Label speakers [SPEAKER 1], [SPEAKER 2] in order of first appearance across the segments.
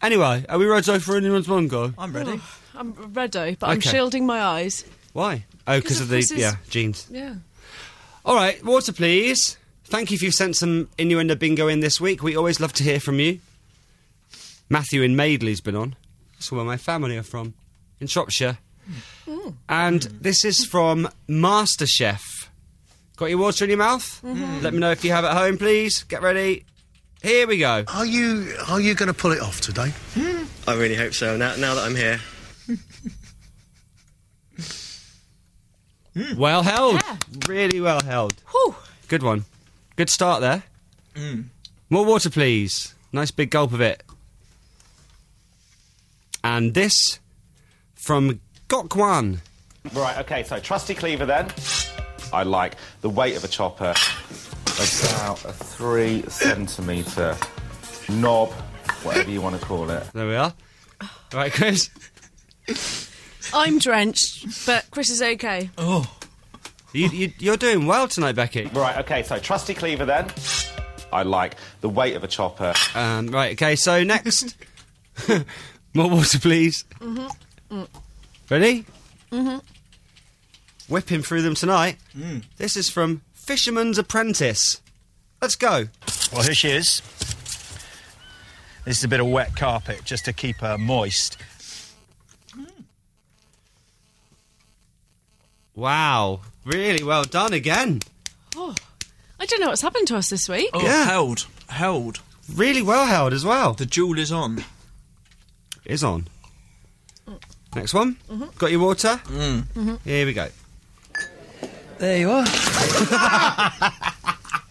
[SPEAKER 1] Anyway, are we ready for anyone's mango?
[SPEAKER 2] I'm ready.
[SPEAKER 3] I'm redo, but I'm
[SPEAKER 1] Okay.
[SPEAKER 3] shielding my eyes.
[SPEAKER 1] Why? Oh,
[SPEAKER 3] 'Cause
[SPEAKER 1] because of
[SPEAKER 3] of
[SPEAKER 1] the
[SPEAKER 3] course it's-
[SPEAKER 1] yeah jeans.
[SPEAKER 3] Yeah.
[SPEAKER 1] All right, water, please. Thank you if you've sent some innuendo bingo in this week. We always love to hear from you. Matthew in Madeley's been on. That's where my family are from, in Shropshire. And this is from MasterChef. Got your water in your mouth? Let me know if you have at home, please. Get ready. Here we go.
[SPEAKER 4] Are you are you going to pull it off today?
[SPEAKER 5] I really hope so. Now, now that I'm here,
[SPEAKER 1] Well held.
[SPEAKER 3] Yeah.
[SPEAKER 1] Really well held.
[SPEAKER 3] Whew.
[SPEAKER 1] Good one. Good start there. More water, please. Nice big gulp of it. And this from Gokwan.
[SPEAKER 6] Right, okay, so trusty cleaver then. I like the weight of a chopper, about a three centimetre knob, whatever you want to call it.
[SPEAKER 1] There we are. Right, Chris.
[SPEAKER 3] I'm drenched, but Chris is okay.
[SPEAKER 1] You, you, you're doing well tonight, Becky.
[SPEAKER 6] Right, okay, so trusty cleaver then. I like the weight of a chopper.
[SPEAKER 1] Um, right, okay, so next. More water, please. Ready? Mm-hmm. Whipping through them tonight. This is from Fisherman's Apprentice. Let's go.
[SPEAKER 7] Well, Oh, here she is. This is a bit of wet carpet just to keep her moist.
[SPEAKER 1] Wow. Really well done again.
[SPEAKER 3] I don't know what's happened to us this week.
[SPEAKER 2] Oh,
[SPEAKER 1] Yeah.
[SPEAKER 2] held, held.
[SPEAKER 1] Really well held as well.
[SPEAKER 2] The jewel is on.
[SPEAKER 1] Is on. Next one. Got your water? Here we go.
[SPEAKER 2] There you are.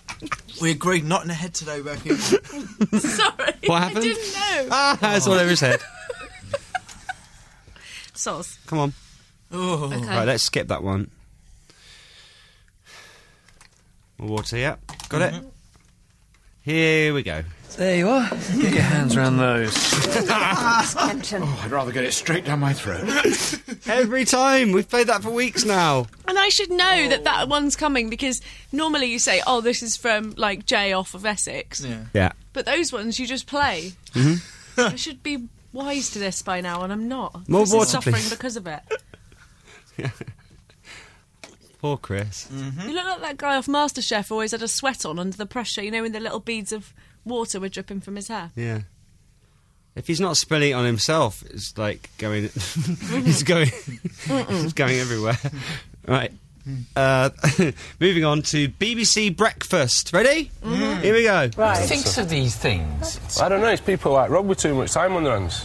[SPEAKER 2] we agreed not in the head today, Becky.
[SPEAKER 3] Sorry.
[SPEAKER 1] What happened?
[SPEAKER 3] I didn't know.
[SPEAKER 1] Ah, that's all over his head.
[SPEAKER 3] Sauce.
[SPEAKER 1] Come on.
[SPEAKER 2] oh.
[SPEAKER 3] Okay.
[SPEAKER 1] Right, let's skip that one. More water, yeah. Got it?
[SPEAKER 2] Mm-hmm.
[SPEAKER 1] Here we go.
[SPEAKER 2] There you are.
[SPEAKER 7] Get your hands around those.
[SPEAKER 8] I'd rather get it straight down my throat.
[SPEAKER 1] Every time. We've played that for weeks now.
[SPEAKER 3] And I should know that that one's coming because normally you say, "Oh, this is from like Jay off of Essex,"
[SPEAKER 2] Yeah.
[SPEAKER 1] Yeah.
[SPEAKER 3] but those ones you just play. I should be wise to this by now, and I'm not.
[SPEAKER 1] Mm-hmm. More
[SPEAKER 3] Chris is
[SPEAKER 1] water,
[SPEAKER 3] suffering
[SPEAKER 1] please.
[SPEAKER 3] because of it.
[SPEAKER 1] Poor Chris.
[SPEAKER 2] Hmm?
[SPEAKER 3] You look like that guy off MasterChef. Always had a sweat on under the pressure. You know, when the little beads of water were dripping from his hair.
[SPEAKER 1] Yeah. If he's not spilling it on himself, it's like going. it's going. it's going everywhere. Right. Uh, moving on to BBC Breakfast. Ready? Here we go.
[SPEAKER 9] thinks of these things.
[SPEAKER 8] I don't know, it's people like Rob with too much time on their hands.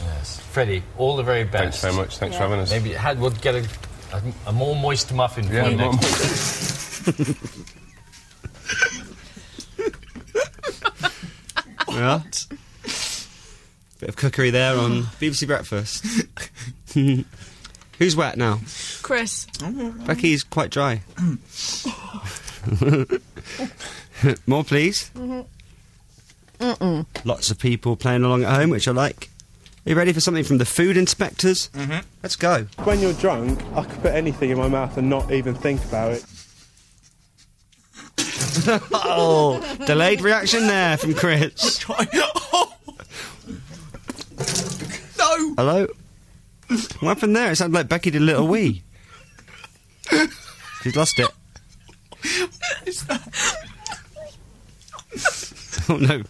[SPEAKER 9] Freddie, all the very
[SPEAKER 8] Thanks
[SPEAKER 9] best.
[SPEAKER 8] very much, thanks for having us.
[SPEAKER 9] Maybe it had, we'll get a, a, a more moist muffin for
[SPEAKER 8] Yeah,
[SPEAKER 9] you
[SPEAKER 8] Mum.
[SPEAKER 9] next
[SPEAKER 1] Yeah. Bit of cookery there on BBC Breakfast. Who's wet now?
[SPEAKER 3] Chris,
[SPEAKER 1] Becky's quite dry. More, please. Lots of people playing along at home, which I like. Are you ready for something from the food inspectors? Mm-hmm. Let's go.
[SPEAKER 10] When you're drunk, I could put anything in my mouth and not even think about it.
[SPEAKER 1] Oh, delayed reaction there from Chris.
[SPEAKER 2] no.
[SPEAKER 1] Hello. What happened there? It sounded like Becky did a little wee. She's lost it. Oh no!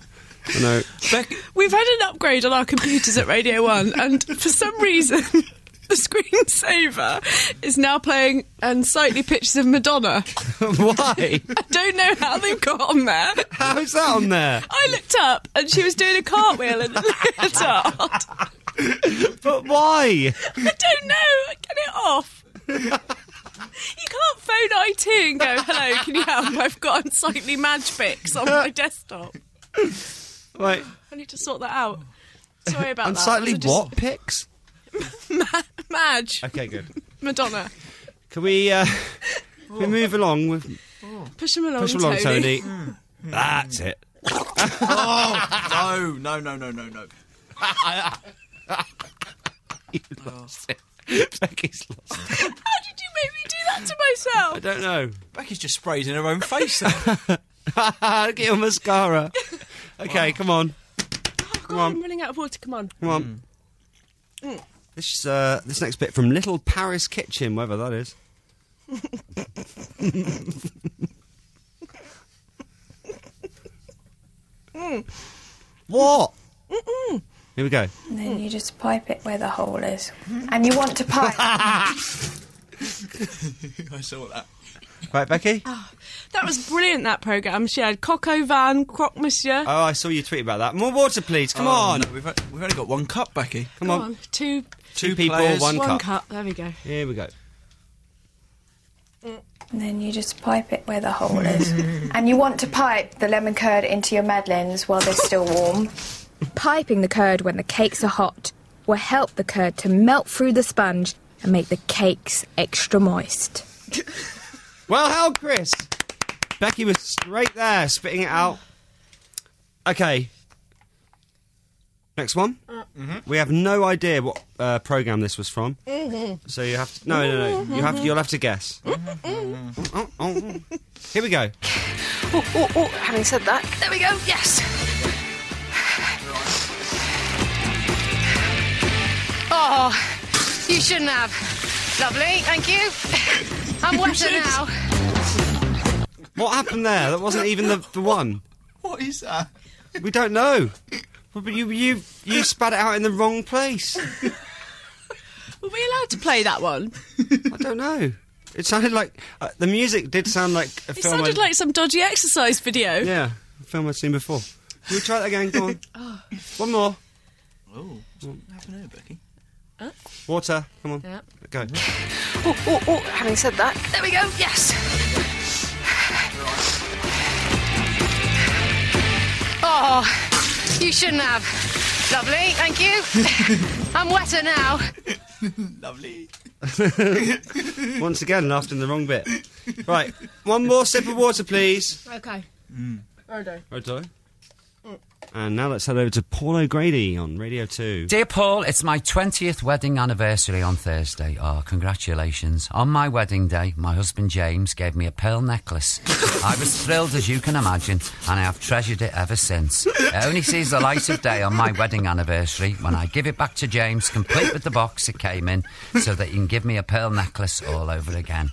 [SPEAKER 1] Oh, no!
[SPEAKER 2] Becky,
[SPEAKER 3] we've had an upgrade on our computers at Radio One, and for some reason. The screensaver is now playing unsightly pictures of Madonna.
[SPEAKER 1] Why?
[SPEAKER 3] I don't know how they've got on there.
[SPEAKER 1] How's that on there?
[SPEAKER 3] I looked up and she was doing a cartwheel in the leotard.
[SPEAKER 1] But why?
[SPEAKER 3] I don't know. Get it off. You can't phone IT and go, hello, can you help? I've got unsightly magics on my desktop.
[SPEAKER 1] Like
[SPEAKER 3] I need to sort that out. Sorry about
[SPEAKER 1] unsightly
[SPEAKER 3] that.
[SPEAKER 1] what pics?
[SPEAKER 3] what? Madge,
[SPEAKER 1] Okay, good.
[SPEAKER 3] Madonna.
[SPEAKER 1] Can we uh, can we move along with
[SPEAKER 3] Push him along,
[SPEAKER 1] push along,
[SPEAKER 3] Oh, Tony.
[SPEAKER 1] Tony? That's it.
[SPEAKER 2] no, no, no, no, no, no.
[SPEAKER 1] Becky's lost.
[SPEAKER 3] How did you make me do that to myself?
[SPEAKER 1] I don't know.
[SPEAKER 2] Becky's just sprayed in her own face. There.
[SPEAKER 1] Ah, Look at your mascara. Okay, come on.
[SPEAKER 3] Come on, I'm running out of water. Come on.
[SPEAKER 1] Come on. Hmm.
[SPEAKER 3] Mm.
[SPEAKER 1] This is, uh, this next bit from Little Paris Kitchen, whatever that is. What? Here we go.
[SPEAKER 11] And then you just pipe it where the hole is. And you want to pipe.
[SPEAKER 2] I saw that.
[SPEAKER 1] Right, Becky.
[SPEAKER 3] That was brilliant. That program. She had Coco Van Croc Monsieur.
[SPEAKER 1] Oh, I saw you tweet about that. More water, please. Come
[SPEAKER 2] Oh,
[SPEAKER 1] on.
[SPEAKER 2] no, we've, o- we've only got one cup, Becky.
[SPEAKER 1] Come on.
[SPEAKER 3] Two.
[SPEAKER 1] Two, people,
[SPEAKER 2] players.
[SPEAKER 1] one,
[SPEAKER 3] One
[SPEAKER 1] cup.
[SPEAKER 3] cup. There we go.
[SPEAKER 1] Here we go.
[SPEAKER 11] And then you just pipe it where the hole is. and you want to pipe the lemon curd into your madeleines while they're still warm.
[SPEAKER 12] Piping the curd when the cakes are hot will help the curd to melt through the sponge and make the cakes extra moist.
[SPEAKER 1] Well, held, Chris. Becky was straight there, spitting it out. Okay. Next one. We have no idea what uh, program this was from, so you have to. No, no, no. You have. You'll have to guess. Oh, oh. Here we go.
[SPEAKER 13] Oh, oh, oh, having said that, there we go, yes. Oh, you shouldn't have. Lovely, thank you. I'm wetter now.
[SPEAKER 1] What happened there? That wasn't even the, the one.
[SPEAKER 2] What is that?
[SPEAKER 1] We don't know. But you you you spat it out in the wrong place.
[SPEAKER 3] Were we allowed to play that one?
[SPEAKER 1] I don't know. It sounded like uh, the music did sound like a
[SPEAKER 3] It
[SPEAKER 1] film.
[SPEAKER 3] sounded
[SPEAKER 1] I,
[SPEAKER 3] like some dodgy exercise video.
[SPEAKER 1] yeah, a film I've seen before. Can we try that again? Go on.
[SPEAKER 3] Oh.
[SPEAKER 1] One more.
[SPEAKER 2] Oh, what happened here, Becky?
[SPEAKER 1] Water. Come on.
[SPEAKER 13] Yeah.
[SPEAKER 1] Go.
[SPEAKER 13] Oh, oh, oh, having said that, there we go, yes. Oh, you shouldn't have. Lovely, thank you. I'm wetter now.
[SPEAKER 2] Lovely.
[SPEAKER 1] Once again, laughed in the wrong bit. Right. One more sip of water, please.
[SPEAKER 3] Okay.
[SPEAKER 1] Right, And now let's head over to Paul O'Grady on Radio 2.
[SPEAKER 14] Dear Paul, it's my 20th wedding anniversary on Thursday. Ah, congratulations. On my wedding day, my husband James gave me a pearl necklace. I was thrilled, as you can imagine, and I have treasured it ever since. It only sees the light of day on my wedding anniversary when I give it back to James, complete with the box it came in, so that he can give me a pearl necklace all over again.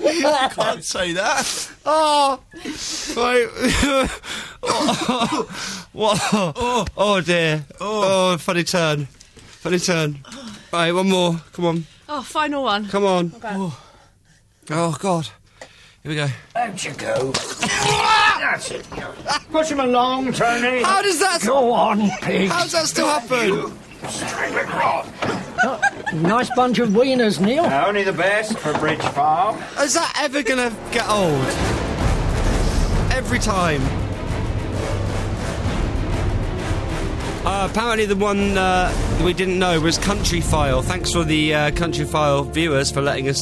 [SPEAKER 2] Can't say that.
[SPEAKER 1] Oh, right. oh, what? Oh, dear. Oh. funny turn. Funny turn. Right, one more. Come on.
[SPEAKER 3] Oh, final one.
[SPEAKER 1] Come on.
[SPEAKER 3] Okay.
[SPEAKER 1] Oh, God. Here we go.
[SPEAKER 15] Out you go. That's it. Push him along, Tony.
[SPEAKER 1] How does that-
[SPEAKER 15] Go on, pig.
[SPEAKER 1] How's that still happen?
[SPEAKER 15] Nice bunch of wieners, Neil.
[SPEAKER 8] Only the best for Bridge Farm.
[SPEAKER 1] Is that ever going to get old? Every time. Uh, apparently, the one uh, that we didn't know was Country File. Thanks for the uh, Country File viewers for letting us